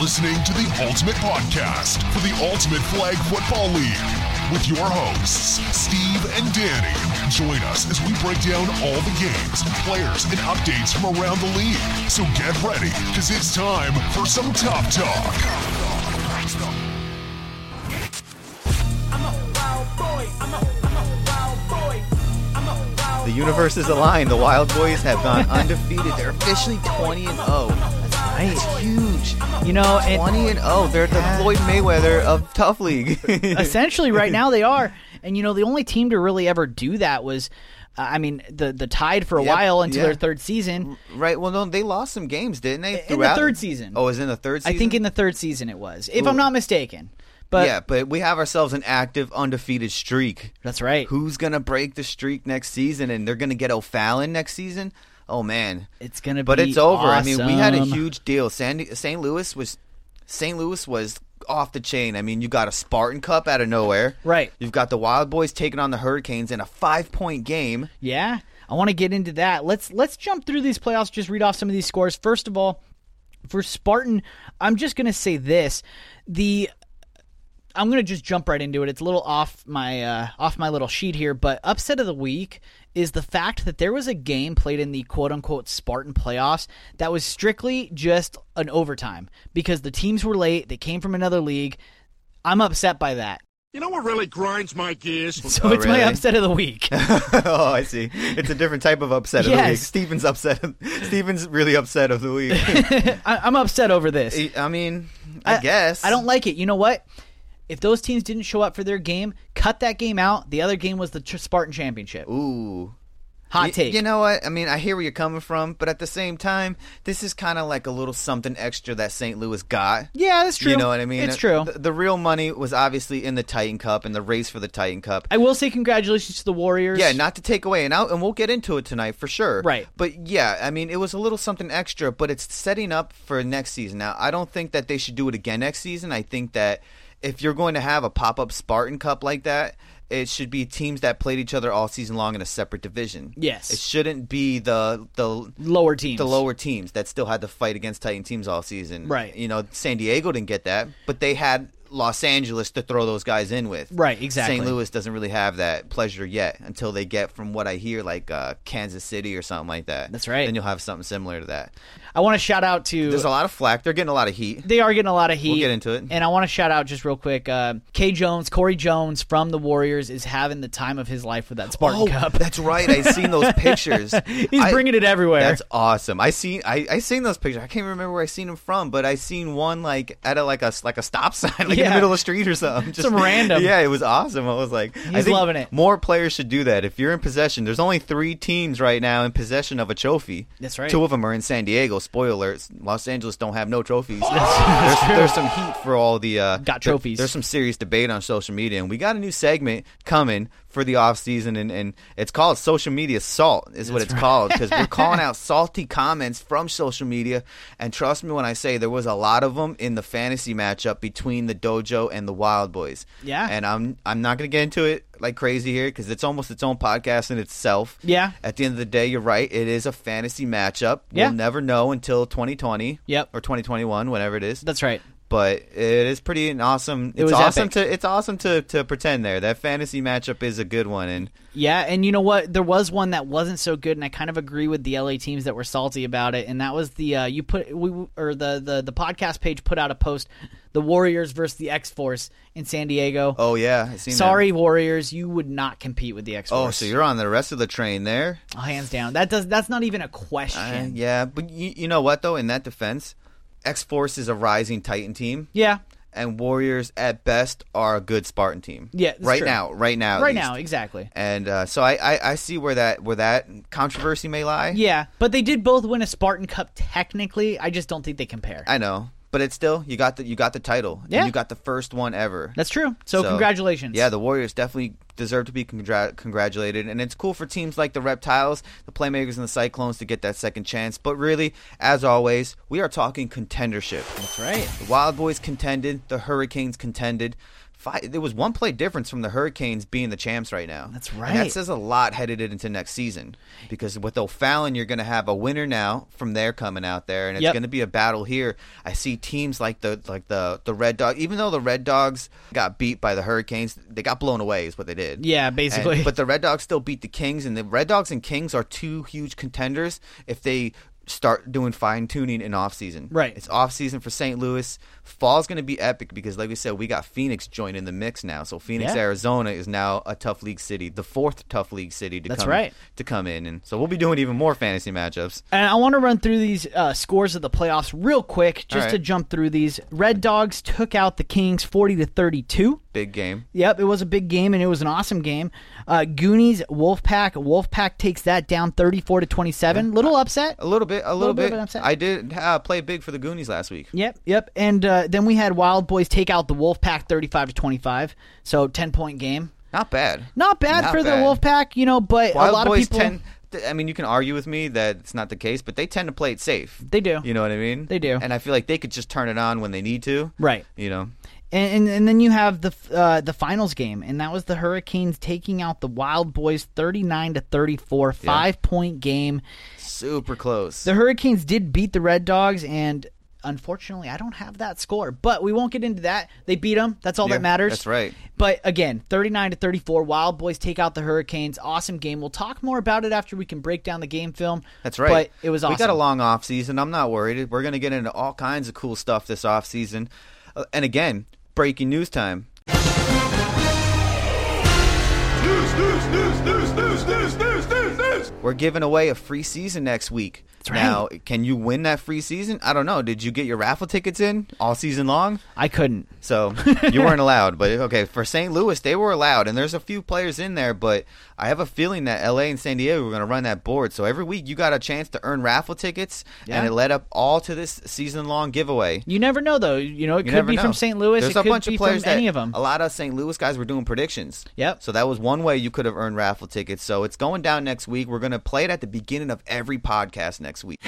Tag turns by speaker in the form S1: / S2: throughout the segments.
S1: listening to the Ultimate Podcast for the Ultimate Flag Football League with your hosts, Steve and Danny. Join us as we break down all the games, players, and updates from around the league. So get ready, because it's time for some Top Talk.
S2: The universe is aligned. The Wild Boys have gone undefeated. They're officially 20 and 0.
S3: Nice.
S2: That's huge.
S3: You know, and
S2: 20 and 0. They're the Floyd Mayweather of Tough League.
S3: essentially right now they are. And you know, the only team to really ever do that was, uh, I mean, the the Tide for a
S2: Yep,
S3: while until
S2: yeah.
S3: their third season.
S2: right. Well, no, they lost some games, didn't they?
S3: In the third season.
S2: Oh, is it in the third season.
S3: I think in the third season it was, if
S2: Ooh.
S3: I'm not mistaken. But
S2: yeah, but we have ourselves an active undefeated streak.
S3: that's right.
S2: Who's gonna break the streak next season? And they're gonna get O'Fallon next season. Oh man,
S3: It's gonna
S2: But
S3: be
S2: it's over. I mean, we had a
S3: awesome.
S2: huge deal. San St. Louis was St. Louis was off the chain. I mean, you got a Spartan Cup out of nowhere.
S3: Right.
S2: You've got the Wild Boys taking on the Hurricanes in a five-point game.
S3: Yeah, I want to get into that. Let's let's jump through these playoffs. Just read off some of these scores. First of all, for Spartan, I'm just gonna say this: the I'm gonna just jump right into it. It's a little off my uh, off my little sheet here, but upset of the week is the fact that there was a game played in the quote unquote Spartan playoffs that was strictly just an overtime because the teams were late. They came from another league. I'm upset by that.
S4: You know what really grinds my gears?
S3: So it's my
S2: really?
S3: upset of the week.
S2: oh, I see. It's a different type of upset of the
S3: Yes.
S2: week. Steven's upset. Steven's really upset of the week.
S3: I- I'm upset over this.
S2: I mean, I, guess
S3: I don't like it. You know what? If those teams didn't show up for their game, cut that game out. The other game was the Tr- Spartan Championship.
S2: Ooh.
S3: Hot
S2: Y-
S3: take.
S2: You know what? I mean, I hear where you're coming from, but at the same time, this is kind of like a little something extra that St. Louis got.
S3: yeah, that's true.
S2: You know what I mean?
S3: It's true.
S2: The, the real money was obviously in the Titan Cup and the race for the Titan Cup.
S3: I will say congratulations to the Warriors.
S2: yeah, not to take away, and I'll, and we'll get into it tonight for sure.
S3: Right.
S2: But yeah, I mean, it was a little something extra, but it's setting up for next season. Now, I don't think that they should do it again next season. I think that if you're going to have a pop up Spartan Cup like that, it should be teams that played each other all season long in a separate division.
S3: Yes.
S2: It shouldn't be the the
S3: lower teams.
S2: the lower teams that still had to fight against Titan teams all season.
S3: Right.
S2: You know, San Diego didn't get that, but they had Los Angeles to throw those guys in with.
S3: Right, exactly.
S2: St. Louis doesn't really have that pleasure yet until they get, from what I hear, like uh, Kansas City or something like that.
S3: That's right.
S2: Then you'll have something similar to that.
S3: I want to shout out to.
S2: There's a lot of flack. They're getting a lot of heat.
S3: they are getting a lot of heat.
S2: We'll get into it.
S3: And I want to shout out just real quick. Uh, K Jones, Corey Jones from the Warriors is having the time of his life with that Spartan
S2: Oh,
S3: Cup.
S2: that's right. I've seen those pictures.
S3: He's bringing it everywhere.
S2: That's awesome. I seen I, I seen those pictures. I can't remember where I seen them from, but I seen one like at a like a like a stop sign, like in the
S3: Yeah.
S2: middle of the street or something. Just
S3: Some random.
S2: Yeah, it was awesome. I was like, I
S3: He's
S2: think
S3: loving it.
S2: More players should do that. If you're in possession, there's only three teams right now in possession of a trophy.
S3: That's right.
S2: Two of them are in San Diego. Spoiler: alert, Los Angeles don't have no trophies. there's, there's some heat for all the uh,
S3: Got
S2: there-
S3: trophies.
S2: there's some serious debate on social media, and we got a new segment coming for the off season, and, and it's called social media salt is what it's called because we're calling out salty comments from social media. And trust me when I say there was a lot of them in the fantasy matchup between the dojo and the Wild Boys.
S3: Yeah.
S2: and I'm I'm not gonna get into it like crazy here because it's almost its own podcast in itself.
S3: Yeah.
S2: At the end of the day, you're right. It is a fantasy matchup.
S3: Yeah.
S2: We'll never know until 2020.
S3: Yep.
S2: Or 2021, whenever it is
S3: That's right.
S2: but it is pretty an awesome. It's
S3: was
S2: awesome
S3: epic.
S2: to it's awesome to to pretend there. That fantasy matchup is a good one, and
S3: Yeah, and you know what? There was one that wasn't so good, and I kind of agree with the LA teams that were salty about it. And that was the uh, you put we or the the the podcast page put out a post: the Warriors versus the X Force in San Diego.
S2: oh yeah, I seen that.
S3: Sorry, Warriors, you would not compete with the X Force.
S2: Oh, so you're on the rest of the train there.
S3: hands down. That does that's not even a question.
S2: Uh, yeah, but you, you know what though? In that defense, X Force is a rising Titan team,
S3: yeah,
S2: and Warriors at best are a good Spartan team.
S3: Yeah, that's
S2: right
S3: true.
S2: now, right now, at
S3: right
S2: least.
S3: now, exactly.
S2: And uh, so I, I I see where that where that controversy may lie.
S3: Yeah, but they did both win a Spartan Cup technically. I just don't think they compare.
S2: I know, but it's still you got the you got the title. and
S3: Yeah.
S2: you got the first one ever.
S3: that's true. So, congratulations.
S2: Yeah, the Warriors definitely deserve to be congra- congratulated, and it's cool for teams like the Reptiles, the Playmakers, and the Cyclones to get that second chance. But really, as always, we are talking contendership.
S3: that's right.
S2: The Wild Boys contended, the Hurricanes contended. five. There was one play difference from the Hurricanes being the champs right now.
S3: That's
S2: And
S3: right.
S2: that says a lot headed into next season because with O'Fallon, you're going to have a winner now from there coming out there, and it's
S3: Yep.
S2: going to be a battle here. I see teams like the like the the Red Dog. Even though the Red Dogs got beat by the Hurricanes, they got blown away. Is what they did.
S3: Yeah,
S2: And-
S3: basically.
S2: but the Red Dogs still beat the Kings, and the Red Dogs and Kings are two huge contenders if they start doing fine tuning in off season.
S3: Right.
S2: It's off season for St. Louis. Fall's going to be epic because, like we said, we got Phoenix joining the mix now. So Phoenix,
S3: Yeah.
S2: Arizona, is now a tough league city, the fourth tough league city to
S3: That's
S2: come
S3: right.
S2: to come in, and so we'll be doing even more fantasy matchups.
S3: And I want to run through these uh, scores of the playoffs real quick, just
S2: right.
S3: to jump through these. Red Dogs took out the Kings forty to thirty-two.
S2: Big game.
S3: Yep, it was a big game and it was an awesome game. Uh, Goonies, Wolfpack, Wolfpack takes that down thirty-four to twenty-seven. Little upset.
S2: A little bit, a little,
S3: bit of an upset.
S2: I did uh, play big for the Goonies last week.
S3: Yep, yep. And uh, then we had Wild Boys take out the Wolfpack thirty-five to twenty-five. So ten-point game.
S2: Not bad.
S3: Not bad
S2: Not
S3: for
S2: bad.
S3: the Wolfpack, you know, but
S2: Wild
S3: a lot
S2: boys
S3: of people
S2: tend. th- I mean, you can argue with me that it's not the case, but they tend to play it safe.
S3: They do.
S2: You know what I mean?
S3: They do.
S2: And I feel like they could just turn it on when they need to.
S3: Right.
S2: You know.
S3: And, and and then you have the f- uh, the finals game, and that was the Hurricanes taking out the Wild Boys, thirty nine to thirty four, five point game.
S2: Super close.
S3: The Hurricanes did beat the Red Dogs, and unfortunately, I don't have that score, but we won't get into that. They beat them. That's all
S2: Yeah,
S3: that matters.
S2: that's right.
S3: But again, thirty nine to thirty four, Wild Boys take out the Hurricanes. Awesome game. We'll talk more about it after we can break down the game film.
S2: That's right.
S3: But it was awesome.
S2: We got a long off season. I'm not worried. We're going to get into all kinds of cool stuff this off season. Uh, and again, breaking news time.
S4: News, news, news, news, news, news, news, news, news.
S2: We're giving away a free season next week. That's
S3: right.
S2: Now, can you win that free season? I don't know. Did you get your raffle tickets in all season long?
S3: I couldn't.
S2: So you weren't allowed, but okay. For St. Louis, they were allowed, and there's a few players in there. But I have a feeling that LA and San Diego are going to run that board. So every week you got a chance to earn raffle tickets, and
S3: Yeah.
S2: it led up all to this season-long giveaway.
S3: You never know, though. You know, it
S2: You
S3: could
S2: never
S3: be
S2: know.
S3: from St. Louis.
S2: There's
S3: it
S2: a
S3: could
S2: bunch
S3: be
S2: of players
S3: from
S2: that
S3: any of them.
S2: A lot of St. Louis guys were doing predictions.
S3: Yep.
S2: So that was one way you could have earned raffle tickets. So it's going down next week. We're going to play it at the beginning of every podcast next week.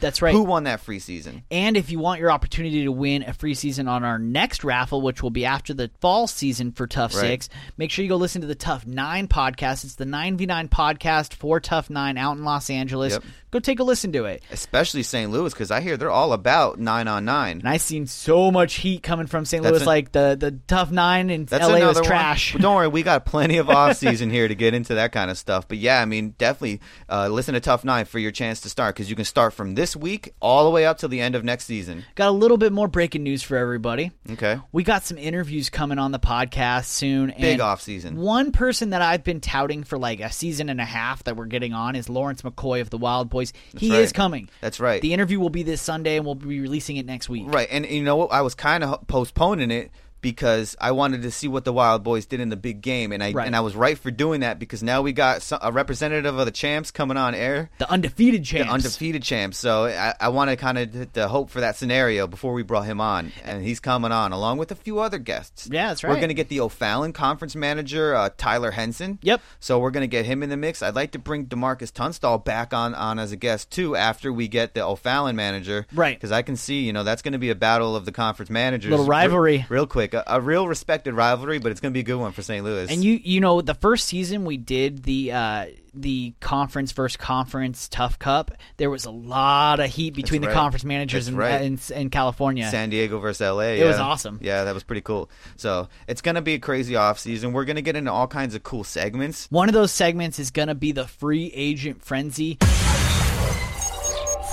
S3: That's right.
S2: Who won that free season?
S3: And if you want your opportunity to win a free season on our next raffle, which will be after the fall season for Tough
S2: Right.
S3: Six, make sure you go listen to the Tough Nine podcast. It's the 9v9 podcast for Tough Nine out in Los Angeles.
S2: Yep.
S3: Go take a listen to it.
S2: Especially St. Louis, because I hear they're all about nine on nine.
S3: And I've seen so much heat coming from St.
S2: That's
S3: Louis,
S2: an-
S3: like the, the Tough Nine in LA was
S2: another one.
S3: trash.
S2: But don't worry, we got plenty of off season here to get into that kind of stuff. But yeah, I mean, definitely uh, listen to Tough Nine for your chance to start because you can start from this week all the way up to the end of next season.
S3: Got a little bit more breaking news for everybody.
S2: Okay.
S3: We got some interviews coming on the podcast soon. And
S2: Big offseason.
S3: One person that I've been touting for like a season and a half that we're getting on is Lawrence McCoy of the Wild Boys. he
S2: right.
S3: is coming.
S2: That's right.
S3: The interview will be this Sunday, and we'll be releasing it next week.
S2: Right, and you know what? I was kind of postponing it because I wanted to see what the Wild Boys did in the big game, and I
S3: Right.
S2: and I was right for doing that because now we got so- a representative of the champs coming on air.
S3: The undefeated champs.
S2: Undefeated champs, so I, I wanted kind of to, to hope for that scenario before we brought him on, and he's coming on along with a few other guests.
S3: Yeah, that's
S2: We're
S3: right.
S2: gonna get the O'Fallon conference manager uh, Tyler Henson.
S3: Yep.
S2: So we're gonna get him in the mix. I'd like to bring Demarcus Tunstall back on on as a guest too after we get the O'Fallon manager,
S3: Right.
S2: Because I can see you know that's gonna be a battle of the conference managers,
S3: Little rivalry.
S2: real, real quick, a, a real respected rivalry, but it's gonna be a good one for St. Louis.
S3: And you, you know, the first season we did the uh, the conference versus conference tough cup. There was a lot of heat between the
S2: right.
S3: conference managers
S2: That's
S3: in,
S2: right.
S3: in, in California.
S2: San Diego versus LA. It
S3: was awesome.
S2: Yeah, that was pretty cool. So it's gonna be a crazy off season. We're gonna get into all kinds of cool segments.
S3: One of those segments is going to be the free agent frenzy.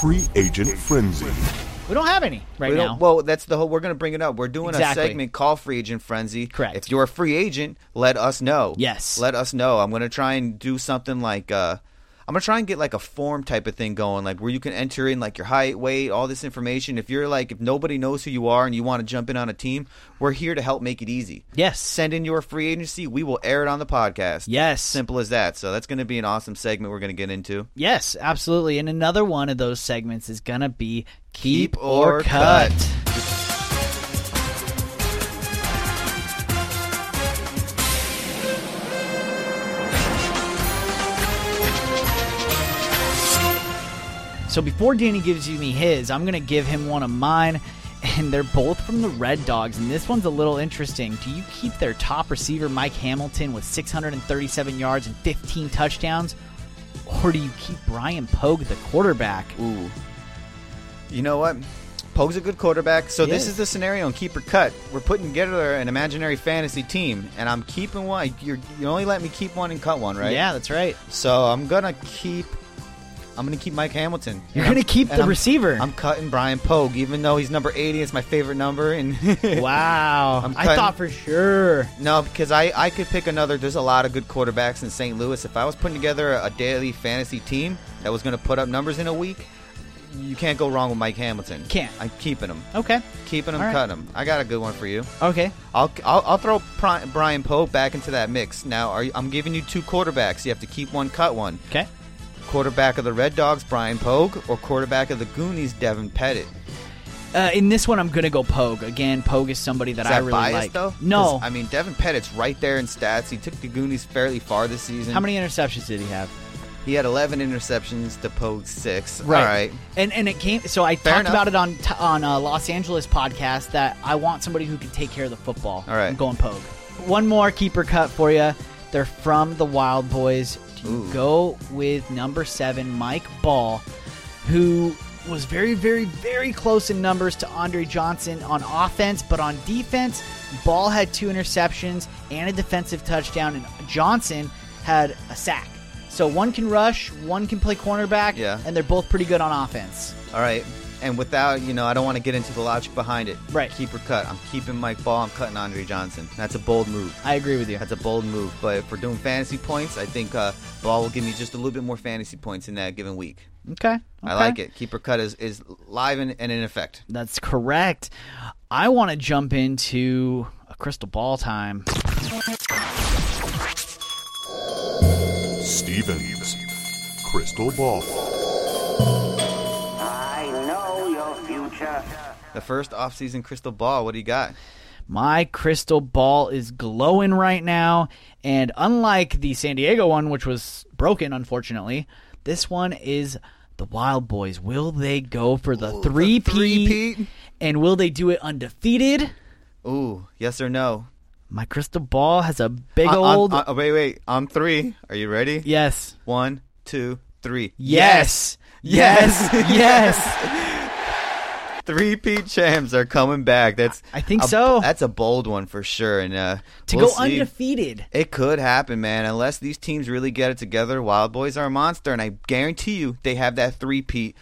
S1: Free agent frenzy.
S3: We don't have any right
S2: We
S3: now.
S2: don't- Well, that's the whole. We're gonna bring it up. We're doing
S3: Exactly.
S2: a segment called Free Agent Frenzy.
S3: Correct.
S2: If you're a free agent, let us know.
S3: Yes.
S2: Let us know. I'm gonna try and do something like. Uh, I'm gonna try and get like a form type of thing going, like where you can enter in like your height, weight, all this information. If you're like, if nobody knows who you are and you want to jump in on a team, we're here to help make it easy.
S3: Yes.
S2: Send in your free agency. We will air it on the podcast.
S3: Yes.
S2: Simple as that. So that's gonna be an awesome segment we're gonna get into.
S3: Yes, absolutely. And another one of those segments is going to be Keep,
S2: Keep
S3: or,
S2: or
S3: cut.
S2: Cut.
S3: So before Danny gives you me his, I'm going to give him one of mine. and they're both from the Red Dogs. And this one's a little interesting. Do you keep their top receiver, Mike Hamilton, with 637 yards and 15 touchdowns? Or do you keep Brian Pogue, the quarterback?
S2: Ooh. You know what? Pogue's a good quarterback, so
S3: He
S2: this
S3: is.
S2: is. the scenario on Keeper Cut. We're putting together an imaginary fantasy team, and I'm keeping one. You're, you only let me keep one and cut one, right?
S3: Yeah, that's right.
S2: So I'm gonna keep. I'm gonna keep Mike Hamilton.
S3: You're
S2: And
S3: gonna
S2: I'm-
S3: keep
S2: and
S3: the
S2: I'm-
S3: receiver.
S2: I'm cutting Brian Pogue, even though he's number 80. It's my favorite number, and
S3: Wow.
S2: I'm
S3: I
S2: cutting-
S3: thought for sure.
S2: No, because I, I could pick another. There's a lot of good quarterbacks in St. Louis. If I was putting together a daily fantasy team that was going to put up numbers in a week, you can't go wrong with Mike Hamilton.
S3: Can't.
S2: I'm keeping him.
S3: Okay.
S2: Keeping him,
S3: All right.
S2: cutting him. I got a good one for you.
S3: Okay.
S2: I'll, I'll, I'll throw Pri- Brian Pope back into that mix. Now, are you, I'm giving you two quarterbacks. You have to keep one, cut one.
S3: Okay.
S2: Quarterback of the Red Dogs, Brian Pogue, or quarterback of the Goonies, Devin Pettit.
S3: Uh, in this one, I'm gonna go Pogue again. Pogue is somebody that,
S2: Is that
S3: I really
S2: biased,
S3: like.
S2: though? 'Cause,
S3: No.
S2: I mean, Devin Pettit's right there in stats. He took the Goonies fairly far this season.
S3: How many interceptions did he have?
S2: He had 11 interceptions to Pogue's six. All right.
S3: And and it came. So I
S2: Fair
S3: talked
S2: enough.
S3: about it on t- on a Los Angeles podcast that I want somebody who can take care of the football.
S2: All right.
S3: I'm going Pogue. One more keeper cut for you. They're from the Wild Boys. Do you
S2: Ooh.
S3: go with number seven, Mike Ball, who was very, very, very close in numbers to Andre Johnson on offense, but on defense, Ball had two interceptions and a defensive touchdown, and Johnson had a sack. So one can rush, one can play cornerback,
S2: Yeah.
S3: and they're both pretty good on offense.
S2: All right. And without, you know, I don't want to get into the logic behind it.
S3: Right.
S2: Keep or cut. I'm keeping Mike Ball. I'm cutting Andre Johnson. That's a bold move.
S3: I agree with you.
S2: That's a bold move. But if we're doing fantasy points, I think uh, Ball will give me just a little bit more fantasy points in that given week.
S3: Okay.
S2: I
S3: okay.
S2: like it. Keep or cut is, is live and, and in effect.
S3: That's correct. I want to jump into a crystal ball time.
S1: Steven's Crystal Ball.
S5: I know your future.
S2: The first offseason crystal ball, what do you got?
S3: My crystal ball is glowing right now, and unlike the San Diego one, which was broken unfortunately, this one is the Wild Boys. Will they go for the three
S2: three-peat?
S3: P? And will they do it undefeated?
S2: Ooh, yes or no?
S3: My crystal ball has a big
S2: On- on-
S3: old
S2: on- wait, wait. I'm three. Are you ready?
S3: yes,
S2: One, two, three.
S3: yes, yes, yes.
S2: Three P champs are coming back. That's
S3: I think
S2: a-
S3: so.
S2: That's a bold one for sure. And uh,
S3: To
S2: we'll
S3: go
S2: see.
S3: undefeated.
S2: it could happen, man. Unless these teams really get it together, Wild Boys are a monster, and I guarantee you they have that three P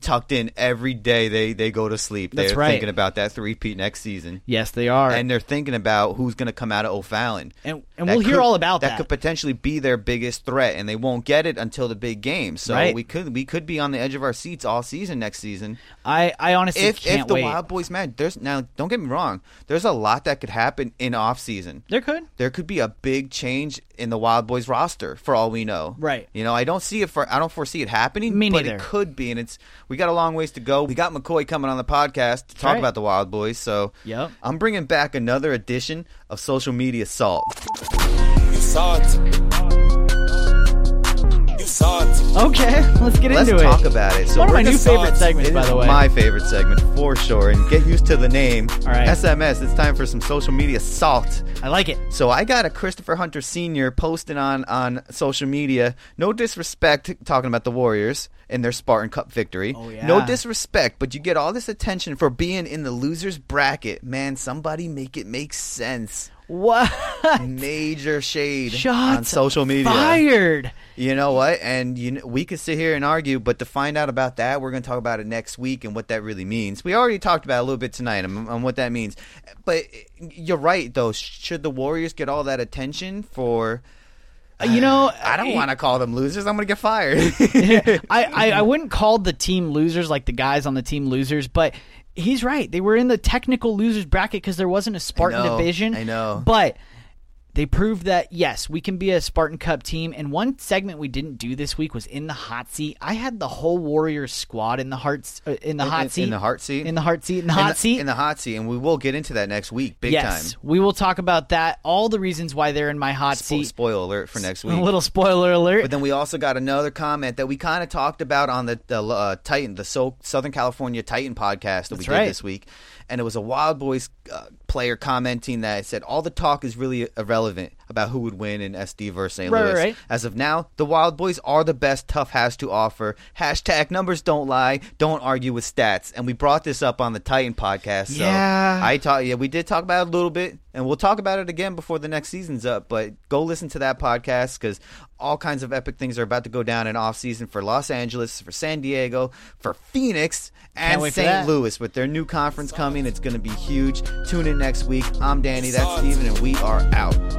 S2: tucked in every day. They they go to sleep.
S3: That's
S2: they're
S3: right.
S2: thinking about that three P next season.
S3: Yes, they are.
S2: And they're thinking about who's going to come out of O'Fallon,
S3: And- and
S2: That
S3: we'll hear
S2: could-
S3: all about that.
S2: That could potentially be their biggest threat, and they won't get it until the big game. So
S3: Right.
S2: we could we could be on the edge of our seats all season next season
S3: I, I honestly
S2: if
S3: can't
S2: if the
S3: wait.
S2: Wild Boys match, there's now don't get me wrong, there's a lot that could happen in off season.
S3: They're good.
S2: There could be a big change in the Wild Boys roster for all we know.
S3: Right.
S2: You know, I don't see it for I don't foresee it happening,
S3: Me
S2: but
S3: neither.
S2: it could be and it's we got a long ways to go. We got McCoy coming on the podcast to talk
S3: right.
S2: about the Wild Boys, so
S3: Yep.
S2: I'm bringing back another edition of social media salt.
S3: Okay, let's get
S2: Let's
S3: into
S2: talk
S3: it.
S2: about it. So
S3: One of
S2: we're
S3: my new
S2: gonna-
S3: favorite segments,
S2: It
S3: by
S2: is
S3: the way.
S2: My favorite segment for sure. And get used to the name.
S3: All right.
S2: SMS. It's time for some social media salt.
S3: I like it.
S2: So I got a Christopher Hunter Sr. posting on on social media. No disrespect, talking about the Warriors and their Spartan Cup victory.
S3: Oh, yeah.
S2: No disrespect, but you get all this attention for being in the losers bracket. Man, somebody make it make sense.
S3: What?
S2: Major shade
S3: Shots
S2: Mm-hmm. on social media.
S3: Fired.
S2: You know what? And you know, we could sit here and argue, but to find out about that, we're going to talk about it next week and what that really means. We already talked about it a little bit tonight on, on what that means. But you're right, though. Should the Warriors get all that attention for?
S3: Uh, You know,
S2: I don't want to call them losers. I'm going to get fired.
S3: I, I I wouldn't call the team losers like the guys on the team losers, but he's right. They were in the technical losers bracket because there wasn't a Spartan
S2: know,
S3: division.
S2: I know.
S3: but They proved that, yes, we can be a Spartan Cup team. And one segment we didn't do this week was in the hot seat. I had the whole Warriors squad in the, hearts, uh, in the
S2: In-
S3: hot
S2: in-
S3: seat.
S2: in the heart seat?
S3: In the heart seat. In the
S2: In
S3: hot
S2: the-
S3: seat.
S2: in the hot seat, and we will get into that next week, big
S3: yes.
S2: time.
S3: We will talk about that. All the reasons why they're in my hot
S2: Spo-
S3: seat.
S2: spoiler alert for next week.
S3: A little spoiler alert.
S2: But then we also got another comment that we kind of talked about on the, the uh, Titan, the so- Southern California Titan podcast that we
S3: That's
S2: did
S3: right.
S2: this week, and it was a Wild Boys uh, player commenting that said all the talk is really irrelevant about who would win in SD versus St.
S3: Right,
S2: Louis.
S3: right, right.
S2: As of now, the Wild Boys are the best Tough has to offer. Hashtag numbers don't lie. Don't argue with stats. And we brought this up on the Titan podcast. So
S3: Yeah.
S2: I talk. Yeah, we did talk about it a little bit, and we'll talk about it again before the next season's up. But go listen to that podcast because all kinds of epic things are about to go down in off season for Los Angeles, for San Diego, for Phoenix, and
S3: wait for that.
S2: St. Louis with their new conference coming. It's going to be huge. Tune in next week. I'm Danny. That's Steven, and we are out.